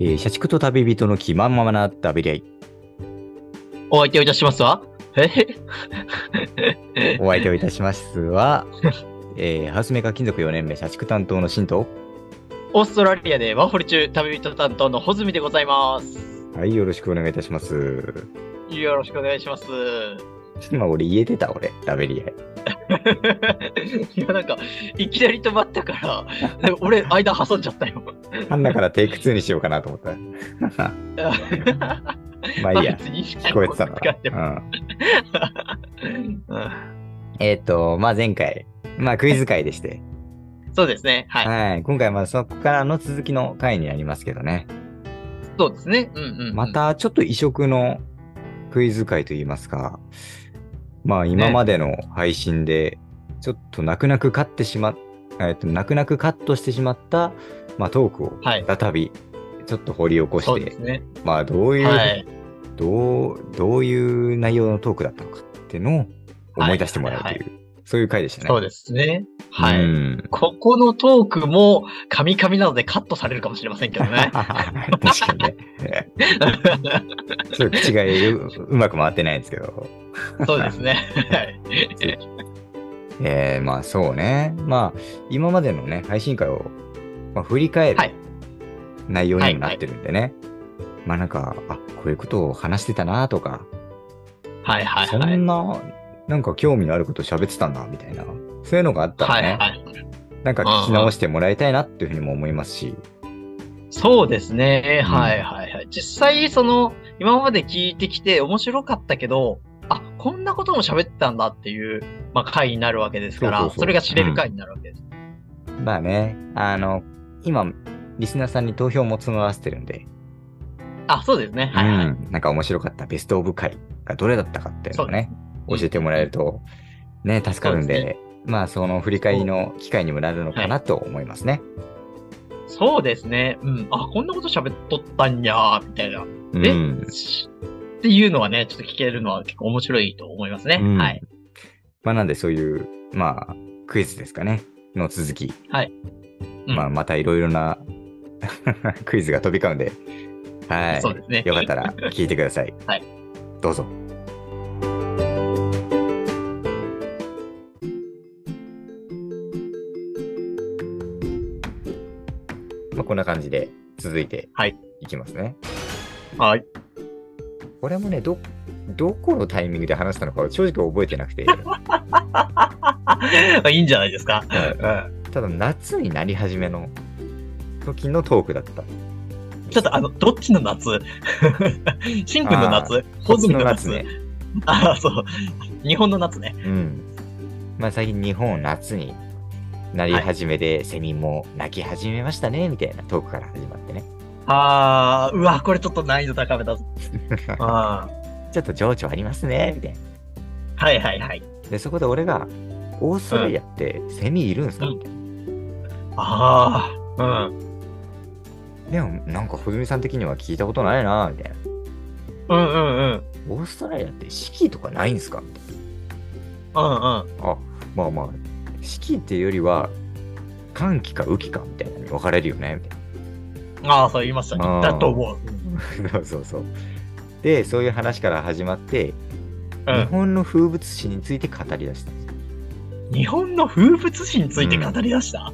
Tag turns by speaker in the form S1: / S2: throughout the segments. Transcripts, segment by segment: S1: えー社畜と旅人の気まんまなダビリ合い。
S2: お相手をいたしますわ。え
S1: お相手をいたします は、えーハウスメーカー金属4年目、社畜担当の新藤。
S2: オーストラリアでワーホリ中旅人担当のホズミでございます。
S1: はい、よろしくお願いいたします。
S2: よろしくお願いします。
S1: 今俺言えてた俺、ダビリ合い。
S2: いや、なんか、いきなり止まったから、俺、間挟んじゃったよ。
S1: あんだからテイク2にしようかなと思った。まあいいや。
S2: 別に
S1: 聞こえてた
S2: 使っても
S1: な。うん
S2: うん
S1: えっ、と、まあ前回、まあクイズ会でして、
S2: そうですね。はい。
S1: はい、今回はまあそこからの続きの回になりますけどね。
S2: そうですね。うんうん、うん。
S1: ま、たちょっと異色のクイズ会といいますか、まあ今までの配信で、ちょっと泣く泣く勝ってしまっ、えっと、泣く泣くカットしてしまった、まあトーク
S2: はい
S1: を再び、ちょっと掘り起こして、
S2: そうですね。
S1: まあどういう、
S2: はい。
S1: どう、どういう内容のトークだったのかっていうのを思い出してもらうという、
S2: はいは
S1: そういう回でしたね。
S2: そう
S1: で
S2: ですね。はい。
S1: うん、
S2: ここのトークも、カミカミなのでカットされるかもしれませんけ どね。
S1: 確かにね。ちょっと口がううまく回ってないんですけど。
S2: そうですね。はい。
S1: えー、まあそうね。まあ今までのね、配信会を、まあ、振り返る
S2: はい
S1: 内容にもなってるんでね。まあなんか、あこういうことを話してたなとか、
S2: はいはい
S1: そ
S2: はい。
S1: んな、なんか興味のあること喋ってたんだみたいな、そういうのがあったら
S2: はい
S1: ね、
S2: はい。
S1: なんか聞き直してもらいたいなっていうふうにも思いますし。
S2: そうですね。
S1: うん
S2: はいはいはい。実際、その、今まで聞いてきて面白かったけど、あ、こんなことも喋ってたんだっていう、まあ、回になるわけですから、
S1: そ
S2: そう
S1: そうそう
S2: れが知れる回になるわけです。
S1: まあね、あの、今、リスナーさんに投票も募らせてるんで、
S2: あ、そうですね。はいはい。
S1: うん、なんか面白かったベストオブ回がどれだったかっていうのをね、
S2: そ
S1: 教
S2: うですね
S1: えてもらえると、ね、助かるんで、
S2: そうで
S1: まあ、その振り返りの機会にもなるのかなと思いますね。
S2: そうですね。うん。あ、こんなこと喋っとったんやー、みたいな。い
S1: うん。
S2: しっていうのはね、ちょっと聞けるのは結構面白いと思いますね。
S1: うん
S2: はい。
S1: まあ、なんでそういう、まあ、クイズですかね、の続き。
S2: はいうん
S1: まあ、またいろいろな クイズが飛び交うんで、はい。
S2: そう ですね。
S1: よかったら聞いてください。
S2: はい。
S1: どうぞ。まあ、こんな感じで続いて
S2: はい
S1: いきますね。
S2: はい。
S1: これもね、ど、どこのタイミングで話したのかは正直覚えてなく て、
S2: あ いいんじゃないですか。うん
S1: ただ夏になり始めの時のトークだった。
S2: ちょっとあの、どっちの夏 シンくんの夏ホズミの夏
S1: こっちの夏ね。
S2: ああ、そう。日本の夏ね。
S1: うん。まあ最近日本夏になり始めで、セミも鳴き始めましたね、みたいなトークから始まってね。
S2: ああ、うわ、これちょっと難易度高めだぞ。あ
S1: ちょっと情緒ありますね、みたいな。
S2: ーはいはいはい。
S1: で、そこで俺が、オーストラリアってセミいるんすか、
S2: うん
S1: みたい
S2: ああ、うん。
S1: な。でも、なんか、ほずみさん的には聞いたことないな、みたいな。
S2: うんうんうん。うん
S1: オーストラリアって四季とかないんすかみたい
S2: うん。
S1: な。あ、まあまあ、四季っていうよりは、寒気か雨季か、みたいなのに分かれるよね、みたいな。
S2: ああ、そう言いましたね
S1: あー。
S2: だと思う。
S1: そうそうそう。で、そういう話から始まって、
S2: うん
S1: 日本の風物詩について語り出したんですよ
S2: 日本の風物詩について語り出した、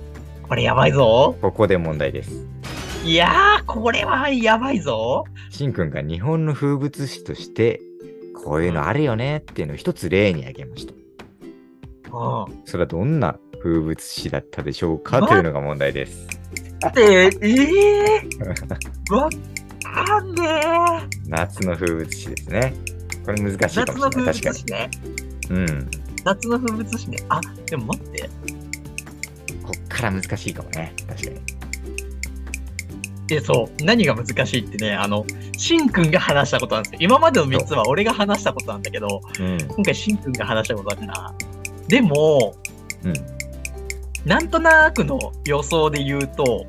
S2: これやばいぞ。
S1: ここで問題です。
S2: いやー、これはやばいぞ。
S1: しんくんが日本の風物詩として、こういうのあるよねっていうのを一つ例に挙げました。
S2: うん。
S1: それはどんな風物詩だったでしょうかというのが問題です。
S2: えー、えー、わっかんねえ。
S1: 夏の風物詩ですね。これ難しいか
S2: 夏
S1: も
S2: の
S1: しれ
S2: 風
S1: ない。確か
S2: 物
S1: に
S2: 詩。ね。
S1: うん。
S2: 夏の風物詩ね。あ、でも待って。
S1: こっから難しいかもね。確かに。
S2: で、そう。何が難しいってね、あの、しんくんが話したことなんですよ。今までの3つは俺が話したことなんだけど、今回しんくんが話したことだから。でも、
S1: うん。うん。
S2: なんとなくの予想で言うと、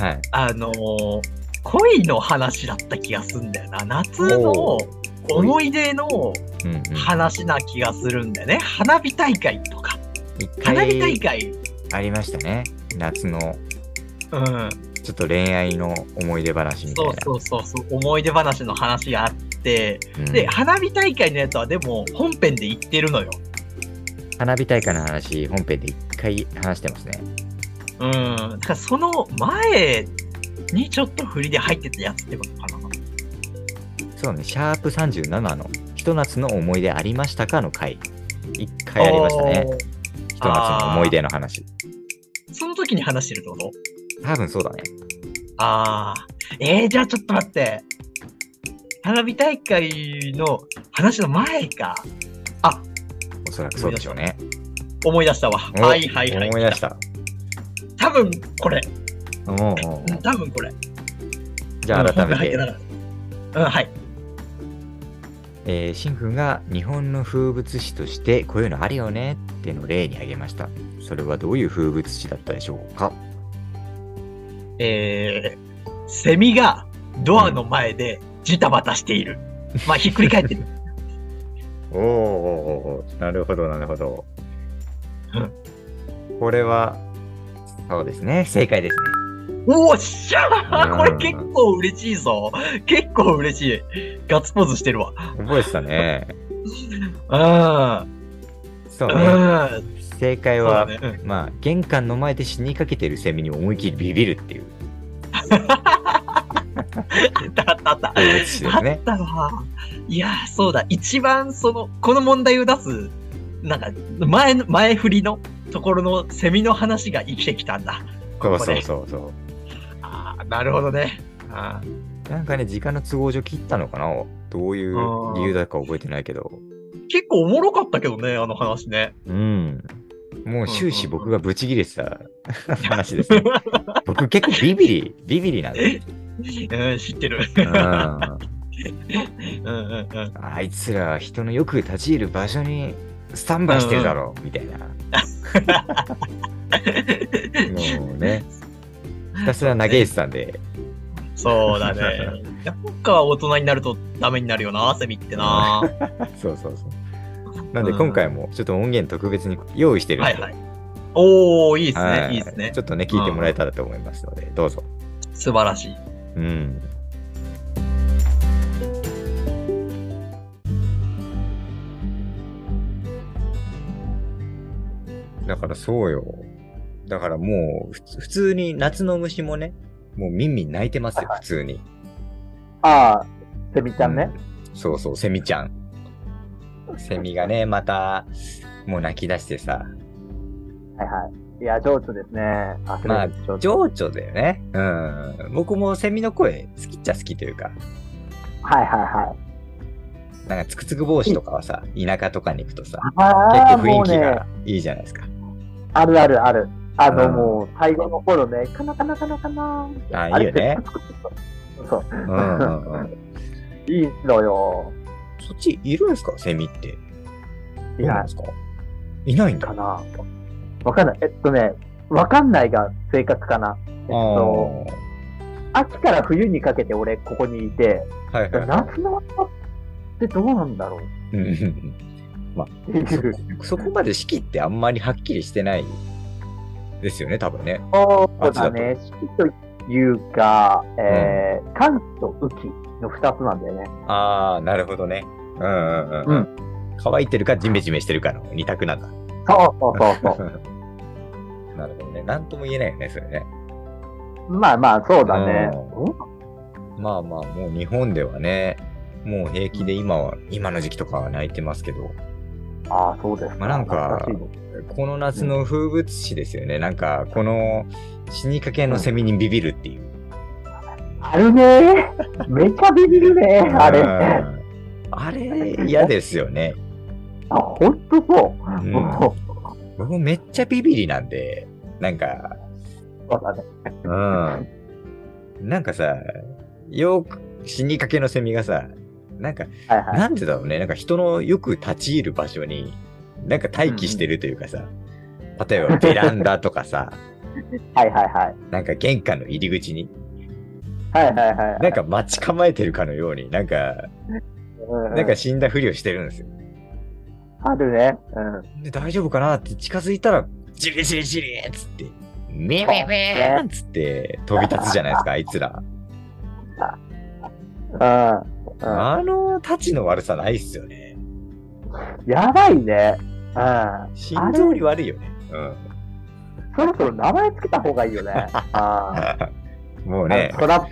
S1: はい。
S2: あのー恋の話だった気がするんだよな。夏の
S1: おー
S2: 思い出の
S1: うんうん。
S2: 話な気がするんだよね。花火大会とか。
S1: 一
S2: 花火
S1: 回
S2: 大会。
S1: ありましたね。夏の
S2: うん。
S1: ちょっと恋愛の思い出話みたい
S2: そ
S1: な。
S2: うそうそうそう、思い出話の話があって、
S1: うん
S2: で、花火大会のやつはでも本編で言ってるのよ。
S1: 花火大会の話、本編で一回話してますね。
S2: うん。だからその前にちょっと振りで入ってたやつってことかな。
S1: そうね、シャープ37の、ひと夏の思い出ありましたかの回。一回ありましたね。
S2: おー。
S1: ひと夏の思い出の話。
S2: その時に話してるってこと
S1: 多分そうだね。
S2: ああ。えー、じゃあちょっと待って。花火大会の話の前か。
S1: おそらくそうでしょうね。
S2: 思い出したわ。
S1: お
S2: はいはいはい。
S1: 思い出した。
S2: 多分これ。
S1: おうおう
S2: うん多分これ。
S1: じゃあ改めて
S2: うん本編入っ。なかったうん、はい。
S1: えー、シンくんが日本の風物詩としてこういうのあるよねっていうのを例に挙げました。それはどういう風物詩だったでしょうか
S2: えー、セミがドアの前でジタバタしている。まあ、ひっくり返ってる。
S1: おーおーおーなるほど、なるほど
S2: うん。
S1: これは、そうですね、正解ですね。
S2: おっしゃ
S1: うん
S2: ーこれ結構嬉しいぞ。結構嬉しい。ガッツポーズしてるわ。
S1: 覚えてたね。
S2: うん。
S1: そう
S2: う
S1: ね、
S2: ん。
S1: 正解
S2: そうだ
S1: は、
S2: ね。うん
S1: まあ、玄関の前で死にかけてるセミに思い切りビビるっていう
S2: あったあったあった。
S1: 風物詩です
S2: あ
S1: ね
S2: っ。たわ。いやー、そうだ。一番その、この問題を出す、なんか、前の、前振りのところのセミの話が生きてきたん
S1: そ
S2: だ。
S1: う
S2: ここ
S1: そう
S2: で
S1: そうそ
S2: ああ、なるほどね。あー
S1: う。なんかね、時間の都合上切ったのかなどういう理由だか覚えてないけど。
S2: 結構おもろかったけどね、あの話ね。
S1: うん。もう終始
S2: うんうんうん
S1: 僕がブチギレてた話です ね。僕結構ビビリ、ビビリなんで。
S2: うん、知ってる。
S1: うん、あ
S2: うんうんうん。
S1: いつら人のよく立ち入る場所にスタンバイしてるだろう、みたい な。もうね、ひたすら嘆いてたんで。
S2: そうだね。やっぱ大人になるとダメになるよな、セミってな。は
S1: そうそうそう。なんで今回もちょっと音源特別に用意して
S2: い
S1: るんで。
S2: はい。おー、いいです
S1: は
S2: ね、
S1: い
S2: いいですね
S1: ち。ょっとね、聞いてもらえたらと思いますので、どうぞ。
S2: 素晴らしい。
S1: うん。だからそうよ。だからもう、ふつ普通に夏の虫もね、もう耳泣いてますよ、普通に。
S3: ああ、セミちゃんね。
S1: そうそう、セミちゃん。セミがね、また、もう泣き出してさ、
S3: はいはい。いや、情緒ですね。あ、すい
S1: まあ
S3: せん情緒
S1: 情緒だよね。うん。僕もセミの声、好きっちゃ好きというか、
S3: はいはいはい。
S1: なんかつくつく帽子とかはさ、田舎とかに行くとさ、結
S3: ああ、
S1: 構
S3: も
S1: 雰
S3: う
S1: 囲気
S3: ね
S1: が、いいじゃないですか。
S3: あるあるある。あの、
S1: うん
S3: もう、最後の頃ね、かなかなかなかなーって
S1: あいいよね。
S3: そう。
S1: うんうんうん
S3: いいのよ。
S1: そっちいるんですかセミって。
S3: いない
S1: ですかいないんだ。
S3: かな。わかんない。えっとね、わかんないが正確かな。えっ
S1: あ
S3: と、
S1: ー
S3: 秋から冬にかけて俺、ここにいて、
S1: はいはいはい。
S3: 夏の終わりってどうなんだろう
S1: うんうんうん
S3: っていう。
S1: そ こまで四季ってあんまりはっきりしてないですよね、多分ね。
S3: そうだね。四季というか、えー寒気と雨季の二つなんだよね。
S1: ああ、なるほどね。うんうんうん。乾いてるかジメジメしてるかの二択なんだ。
S3: そうそうそうそ
S1: なるほどね。なんとも言えないよね、それね。
S3: う。まあまあ、そうだね。
S1: うまあまあ、もう日本ではね、もう平気で今は、今の時期とかは泣いてますけど、
S3: ああ、そうです。
S1: まあなんか
S3: 懐しいね
S1: この夏の風物詩ですよね。なんか、この死にかけのセミにビビるっていう。
S3: あるね ー。めちゃビビるねー。あれ。あ、
S1: うんあれ、嫌ですよね。
S3: ほんとそうう。
S1: ん
S3: も
S1: 僕めっちゃビビりなんで、なんか、
S3: う、そうだね。
S1: うん。なんかさ、よく死にかけのセミがさ、なんか、
S3: はいはい。
S1: なんでだろうね。なんか人のよく立ち入る場所に、なんか待機してるというかさ、例えばベランダとかさ、
S3: はいはいはい。
S1: なんか玄関の入り口に、
S3: はいはいはい。
S1: なんか待ち構えてるかのように、なんか、
S3: うう
S1: なんか、死んだふりをしてるんですよ。
S3: あるね。うん。
S1: で、大丈夫かなって近づいたら、ジリジリジリっつって、ビビビーンっつって飛び立つじゃないですか、あいつら。
S3: うん。うん。
S1: あのたちの悪さないっすよね。
S3: やばいね。うん。
S1: 心臓より悪いよね。
S3: そろそろ名前つけた方がいいよ ね。あ
S1: うん。 もう
S3: あ。
S1: ね
S3: あの、トラッ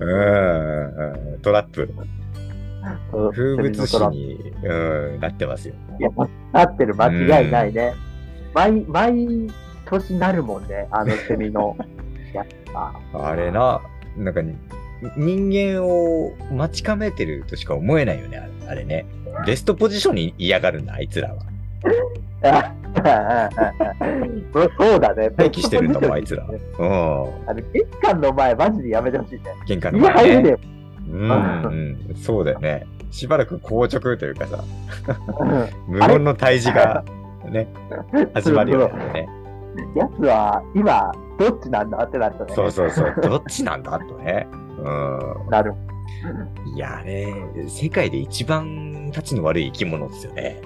S1: うんうん、トラップ。
S3: プ。
S1: 風物詩
S3: トラップ
S1: に、うん、なってますよ。
S3: いや、なってる、間違いないね。毎、毎年なるもんね、あのセミの。 やっぱ。
S1: あれな、なんかに、人間を待ちかめてるとしか思えないよね、あれあれね。ベストポジションに嫌がるんだ、あいつらは。
S3: あそうだね。
S1: 待機してるんだ もん、あいつら。う
S3: あの、玄関の前、マジでやめてほしいね。
S1: ん。玄関
S3: い
S1: の
S3: や、入
S1: 前
S3: れね
S1: ね。
S3: え
S1: うん、うん。そうだよね。しばらく硬直というかさ、
S3: うん
S1: 無言の対峙が、ね、始まるよね。
S3: やつは、今、どっちなんだってなったね。
S1: そうそうそう。どっちなんだとね。う
S3: なる。
S1: ん。いや、あれ、世界で一番たちの悪い生き物ですよね。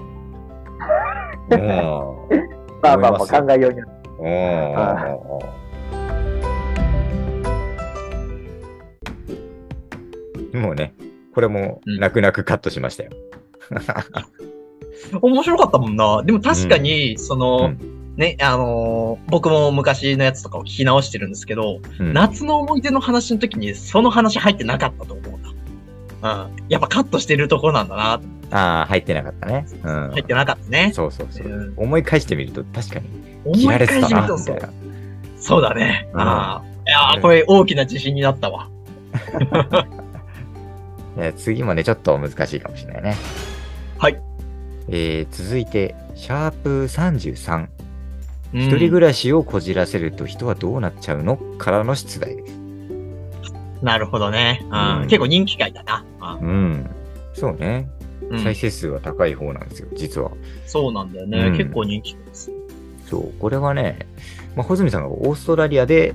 S1: うん。
S3: まあまあま
S1: 思います
S3: あ、考えようになる。
S1: うんうんうんうんもうね、これも泣く泣くカットしましたよ。
S2: 面白かったもんな。でも確かに、その、
S1: う
S2: ね、あのー僕も昔のやつとかを聞き直してるんですけど、
S1: うん
S2: 夏の思い出の話の時にその話入ってなかったと思うな。うん。やっぱカットしてるところなんだな。
S1: ああ、入ってなかったね。う
S2: 入っ
S1: ん。
S2: てなかったね。。
S1: そうそうそううん思い返してみると確かに
S2: 思い
S1: 切ら
S2: 返
S1: れてた
S2: してみ
S1: な、
S2: ると
S1: み
S2: そ
S1: たいうな。
S2: そうだね。
S1: うん
S2: ああ。いやーこれ大きな自信になったわ。
S1: えー次もね、ちょっと難しいかもしれないね。
S2: はい。
S1: えー続いて、シャープ33。
S2: うん
S1: 一人暮らしをこじらせると人はどうなっちゃうのからの出題です。
S2: なるほどね。うん
S1: うん
S2: 結構人気回だな。あ
S1: うん。そうね。
S2: うん
S1: 再生数は高い方なんですよ、実は。
S2: そうなんだよね。
S1: うん
S2: 結構人気回です。
S1: そう、これはね、まあ、穂積さんがオーストラリアで、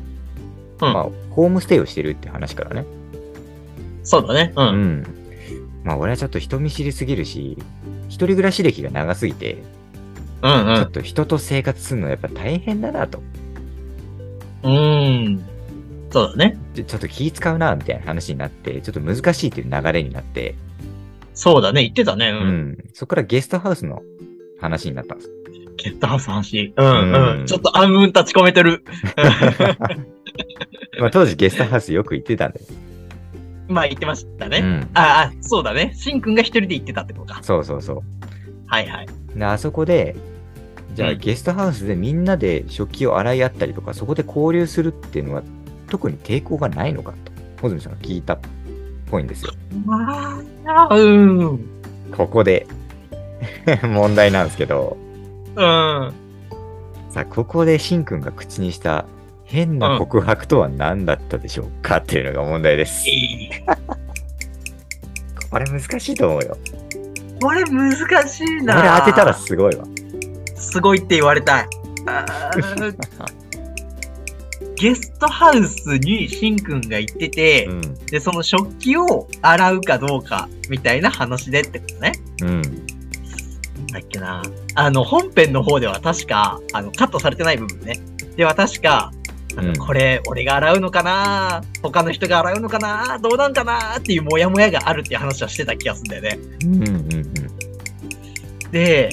S2: うん
S1: まあ、ホームステイをしてるって話からね。
S2: そうだね。う。
S1: うんん。まあ、俺はちょっと人見知りすぎるし、一人暮らし歴が長すぎて、
S2: うん
S1: ちょっと人と生活するのはやっぱ大変だなと。
S2: うん。うん。そうだね。
S1: ちょちょっと気使うな、みたいな話になって、ちょっと難しいという流れになって、
S2: そうだね。言ってたね。う。
S1: うんん。そこからゲストハウスの話になったんです。
S2: ゲットハウスの話。うん
S1: う
S2: うんん。ちょっと暗雲立ち込めてる。
S1: まあ、当時ゲストハウスよく行ってたんで。
S2: まあ言ってましたね。
S1: うん。
S2: ああ、そうだね。しんくんが一人で行ってたってことか。
S1: そうそうそう。
S2: はいはい。
S1: であそこでじゃあ
S2: うん
S1: ゲストハウスでみんなで食器を洗い合ったりとか、そこで交流するっていうのは特に抵抗がないのかと穂積さんが聞いたっぽいんですよ
S2: まあ、うん。うん。
S1: ここで 問題なんですけど
S2: あ
S1: さあここでしんくんが口にした変な告白とは何だったでしょうかっていうのが問題です、これ難しいと思うよ
S2: これ難しい
S1: これ
S2: な。
S1: 当てたらすごいわ
S2: すごいって言われたい。あーゲストハウスにしんくんが行ってて、
S1: うん
S2: で、その食器を洗うかどうかみたいな話でってことね。
S1: うん
S2: なんだっけな。あの、本編の方では確か、あの、カットされてない部分ね。では確か、あの
S1: うん
S2: これ、俺が洗うのかな他の人が洗うのかなどうなんかなっていうモヤモヤがあるっていう話はしてた気がするんだよね。
S1: うんうんうん
S2: で、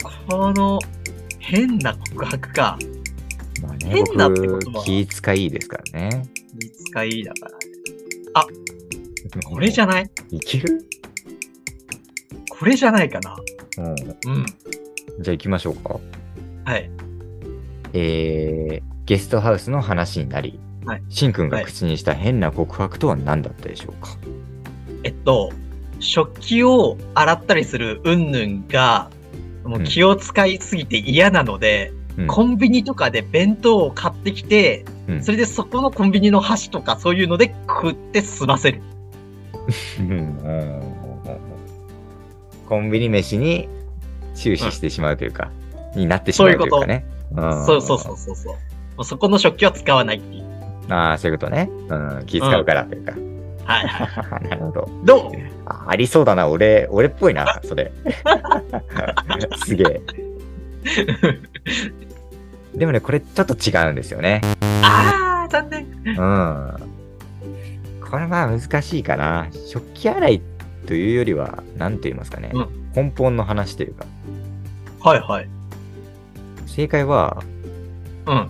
S2: そこの、変な告白か。
S1: まあね
S2: 変なってことは
S1: 僕気使いですからね
S2: 見つかいいだから。これじゃない
S1: いける
S2: これじゃないかな。
S1: うん
S2: うん。
S1: じゃあ行きましょうか。
S2: はい。
S1: えー、ゲストハウスの話になり、
S2: はい
S1: しんくんが
S2: はい
S1: 口にした変な告白とは何だったでしょうか。
S2: えっと、食器を洗ったりするうんぬんが、もう気を使いすぎて嫌なので、
S1: うん
S2: コンビニとかで弁当を買ってきて、
S1: うん
S2: それでそこのコンビニの箸とかそういうので食って済ませる。
S1: うんうんうんコンビニ飯に終始してしまうというか、になってしまうというかね。ん
S2: そうそうそうそうそう。もうそこの食器は使わないっていう。
S1: ああ、そういうことね。うん、気使うからというか。
S2: はいは い。
S1: なるほど。
S2: どう
S1: あありそうだな、俺、俺っぽい な、それ。すげえ。でもね、これちょっと違うんですよね。
S2: あー、残念。
S1: うん。これまあ難しいかな。食器洗いというよりは、なんて言いますかね。
S2: う
S1: 根本の話というか。
S2: はいはい。
S1: 正解は、
S2: うん。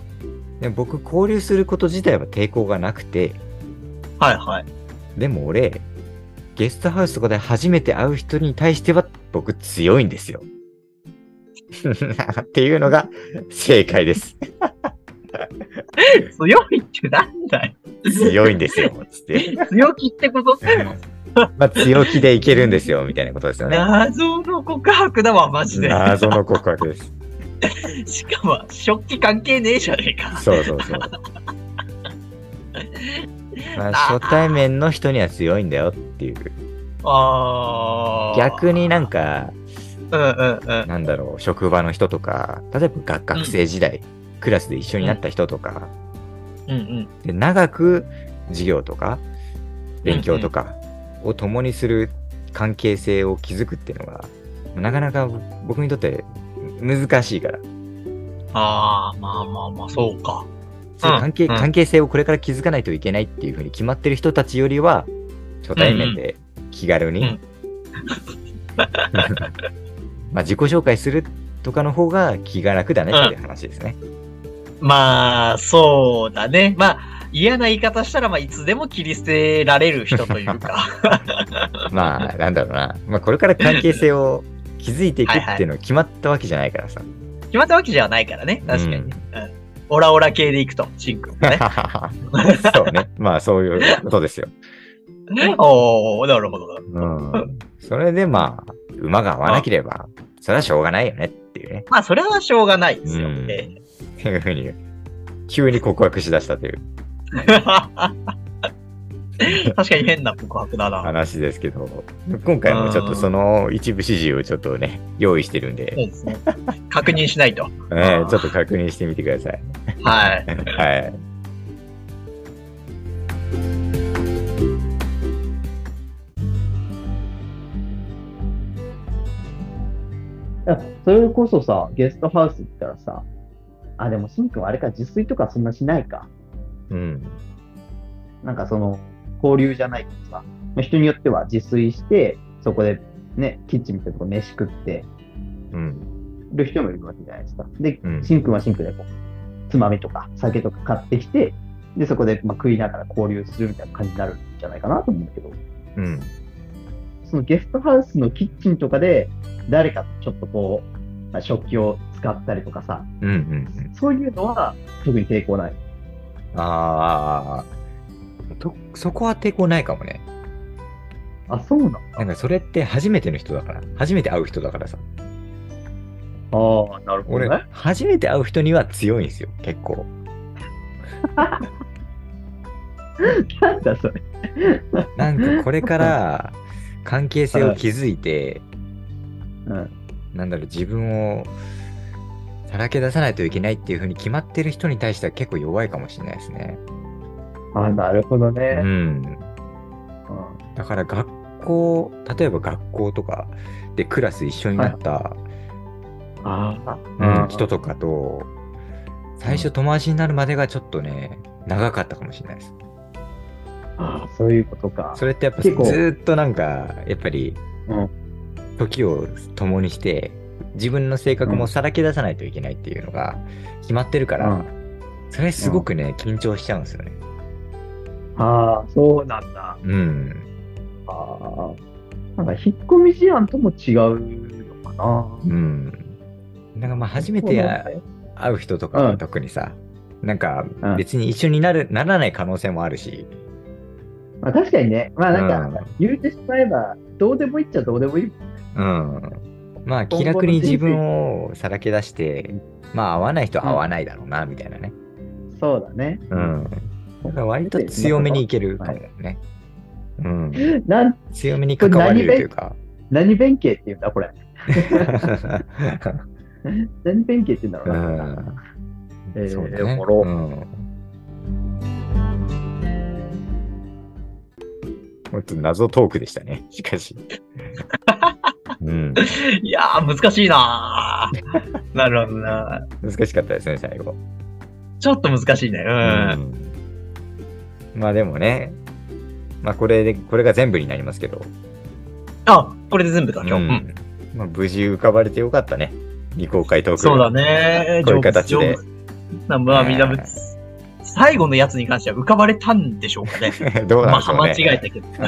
S1: ね僕、交流すること自体は抵抗がなくて、
S2: はいはい。
S1: でも俺、ゲストハウスとかで初めて会う人に対しては僕強いんですよ。 っていうのが正解です。
S2: 強いってなんだよ。
S1: 強いんですよ。つ って。
S2: 強気ってこと
S1: まあ強気でいけるんですよ、みたいなことですよね。
S2: 謎の告白だわ、マジで。
S1: 謎の告白です。
S2: しかも、食器関係ねえじゃねえか。
S1: そうそうそう。まあ、初対面の人には強いんだよっていう。
S2: あー。
S1: 逆になんか、
S2: うんうんうん。
S1: なんだろう、職場の人とか、例えば学学生時代、クラスで一緒になった人とか、
S2: うんうん。
S1: で長く授業とか、勉強とかを共にする関係性を築くっていうのが、なかなか僕にとって難しいから、
S2: あー、まあまあまあ、そうか。
S1: そういう関係
S2: うん
S1: 関係性をこれから築かないといけないっていうふうに決まってる人たちよりは、初対面で気軽に、
S2: うん
S1: まあ自己紹介するとかの方が気が楽だねっていう話ですね。
S2: まあ、そうだね。まあ、嫌な言い方したら、まあ、いつでも切り捨てられる人とい うか。
S1: まあ、なんだろうな。まあ、これから関係性を築いていくっていうのは決まったわけじゃないからさ。
S2: 決まったわけじゃないからね。確かに。
S1: うん
S2: オラオラ系でいくと、シンく んがね。
S1: そう ね。まあ、そういうことですよ。
S2: おー、なるほどなるほど。
S1: う ん。それでまあ、馬が合わなければ、それはしょうがないよねっていうね。
S2: まあ、それはしょうがないですよ。
S1: うん
S2: え
S1: っていうふうに、急に告白しだしたという
S2: え確かに変な告白だな。
S1: 話ですけど、今回もちょっとその一部指示をちょっとね、用意してるんで、
S2: そうですね。確認しないと。
S1: えーちょっと確認してみてください。
S2: はい。
S1: はい。
S3: やそれこそさ、ゲストハウス行ったらさ、あ、でも、しんくんはあれか、自炊とかそんなしないか。
S1: うん。
S3: なんかその、交流じゃないけどさ、まあ人によっては自炊して、そこでね、キッチンみたいなとこ飯食って
S1: うん。
S3: る人もいるわけじゃないですか。で
S1: う、ん
S3: しんくんはしんくんでこう、つまみとか酒とか買ってきて、で、そこでまあ食いながら交流するみたいな感じになるんじゃないかなと思うんだけど、
S1: うん。
S3: そのゲストハウスのキッチンとかで、誰かとちょっとこう、まあ食器を使ったりとかさ、
S1: うん。うん。
S3: そういうのは特に抵抗ない。
S1: ああ。と、そこは抵抗ないかもね。
S3: あ、そうなの
S1: なんかそれって初めての人だから、初めて会う人だからさ。
S3: ああ、なるほ
S1: 俺
S3: どね。、
S1: 初めて会う人には強いんですよ、結構。
S3: なんだそれ。
S1: なんかこれから関係性を築いて、
S3: うん。
S1: なんだろう、自分をさらけ出さないといけないっていうふうに決まってる人に対しては結構弱いかもしれないですね。
S3: あなるほど
S1: う
S3: ね。
S1: ん。
S3: うん
S1: だから学校、例えば学校とかでクラス一緒になった、
S3: ああ、
S1: うん人とかと、最初友達になるまでがちょっとね、長かったかもしれないです。
S3: ああそういうことか。
S1: それってやっぱず
S3: 結構
S1: ーっとなんかやっぱり
S3: うん
S1: 時を共にして自分の性格もさらけ出さないといけないっていうのが決まってるから、
S3: うん
S1: それすごくね緊張しちゃうんですよね。
S3: ああ、そうなんだ。
S1: うん、
S3: ああ、なんか引っ込み思案とも違うのかな。
S1: うん、なんかまあ初めてや会う人とか
S3: う
S1: は
S3: ん
S1: 特にさ、なんか
S3: うん
S1: 別に一緒になるならない可能性もあるし、
S3: まあ確かにね、まあなんか
S1: う
S3: 言うてしまえば、どうでもいいっちゃどうでもいい。
S1: うん、まあ気楽に自分をさらけ出してまあ会わない人は会わないだろうなみたいなね。
S3: そうだね。
S1: うん。だから割と強めにいけるかもね。うん。
S3: なん
S1: 強めに関われるというか。
S3: 何弁慶って言うんだ、これ。
S1: う
S3: 何弁慶って言うんだろうな。
S1: ん。
S3: えー
S1: そうだ
S3: お
S1: ね
S3: もろ
S1: うん。ほんと謎トークでしたね。 しかし。うん。
S2: いやー、難しいなーなるほどな。
S1: 難しかったですね、最後。
S2: ちょっと難しいね。う。
S1: うんまあでもね、まあこれで、これが全部になりますけど、
S2: あ、これで全部だ、今
S1: う
S2: 日。うん
S1: んまあ、無事浮かばれてよかったね。未公開トーク。
S2: そうだ。ね。
S1: こういう形で
S2: 上手。なまあ、みんなぶ
S1: ね
S2: 最後のやつに関しては浮かばれたんでしょう かね。
S1: どうな
S2: ま
S1: ん
S2: あ、
S1: でしょうね。
S2: 間違えたけど。う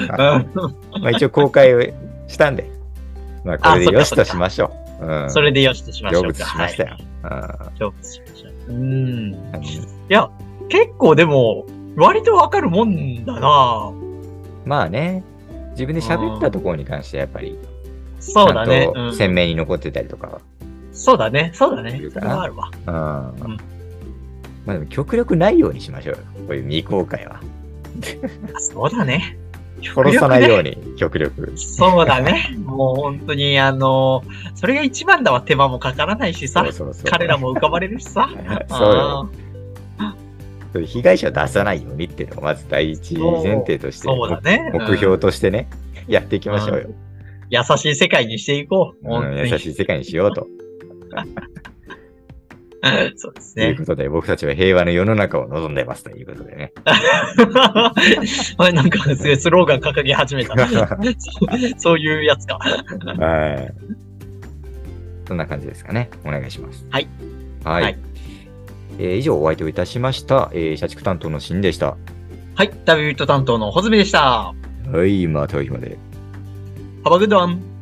S2: ん
S1: まあ一応公開をしたんで、 まあこれでよしと
S2: あそっ
S1: しま
S2: かそっか
S1: しょう。うん、
S2: それでよしとしましょう
S1: 成
S2: か。
S1: 仏しましたよ。
S2: はい。成仏しました。うん。いや、結構でも、割とわかるもんだな
S1: うんまあね、自分で喋ったところに関してはやっぱり、ち
S2: そう
S1: ゃ
S2: だ
S1: ん
S2: ね。
S1: と
S2: うん
S1: 鮮明に残ってたりとか、
S2: そうだね。そうだね
S1: い。る
S2: そ
S1: か
S2: れ
S1: な
S2: はあるわ。
S1: うん
S2: ん
S1: まあでも極力ないようにしましょうよ。こういう未公開は。
S2: あそうだね。
S1: 殺さないよう
S2: に。
S1: に、極力。
S2: そうだね。もう本当に、あの、それが一番だわ。手間もかからないしさ
S1: そう。そうそう。
S2: 彼らも浮かばれるしさ。
S1: そうよ。そういう被害者を出さないようにっていうのがまず第一前提として、
S2: そうだね
S1: 目
S2: うん
S1: 目標としてね、やっていきましょうよ。
S2: 優しい世界にしていこう。
S1: うん優しい世界にしようと。
S2: 界。 そうです
S1: という
S2: ね。
S1: ことで、僕たちは平和の世の中を望んでますということでね。
S2: あれなんかすごいスローガン掲げ始めた。 そうそういうやつか。
S1: はい。そんな感じですかね。お願いします。
S2: はい。
S1: はい。
S2: はい
S1: えー以上、お相手をいたしました。えー社畜担当のシンでした。
S2: はい、旅人担当のホズミでした。
S1: はい、またお暇で。
S2: ハバグドワン。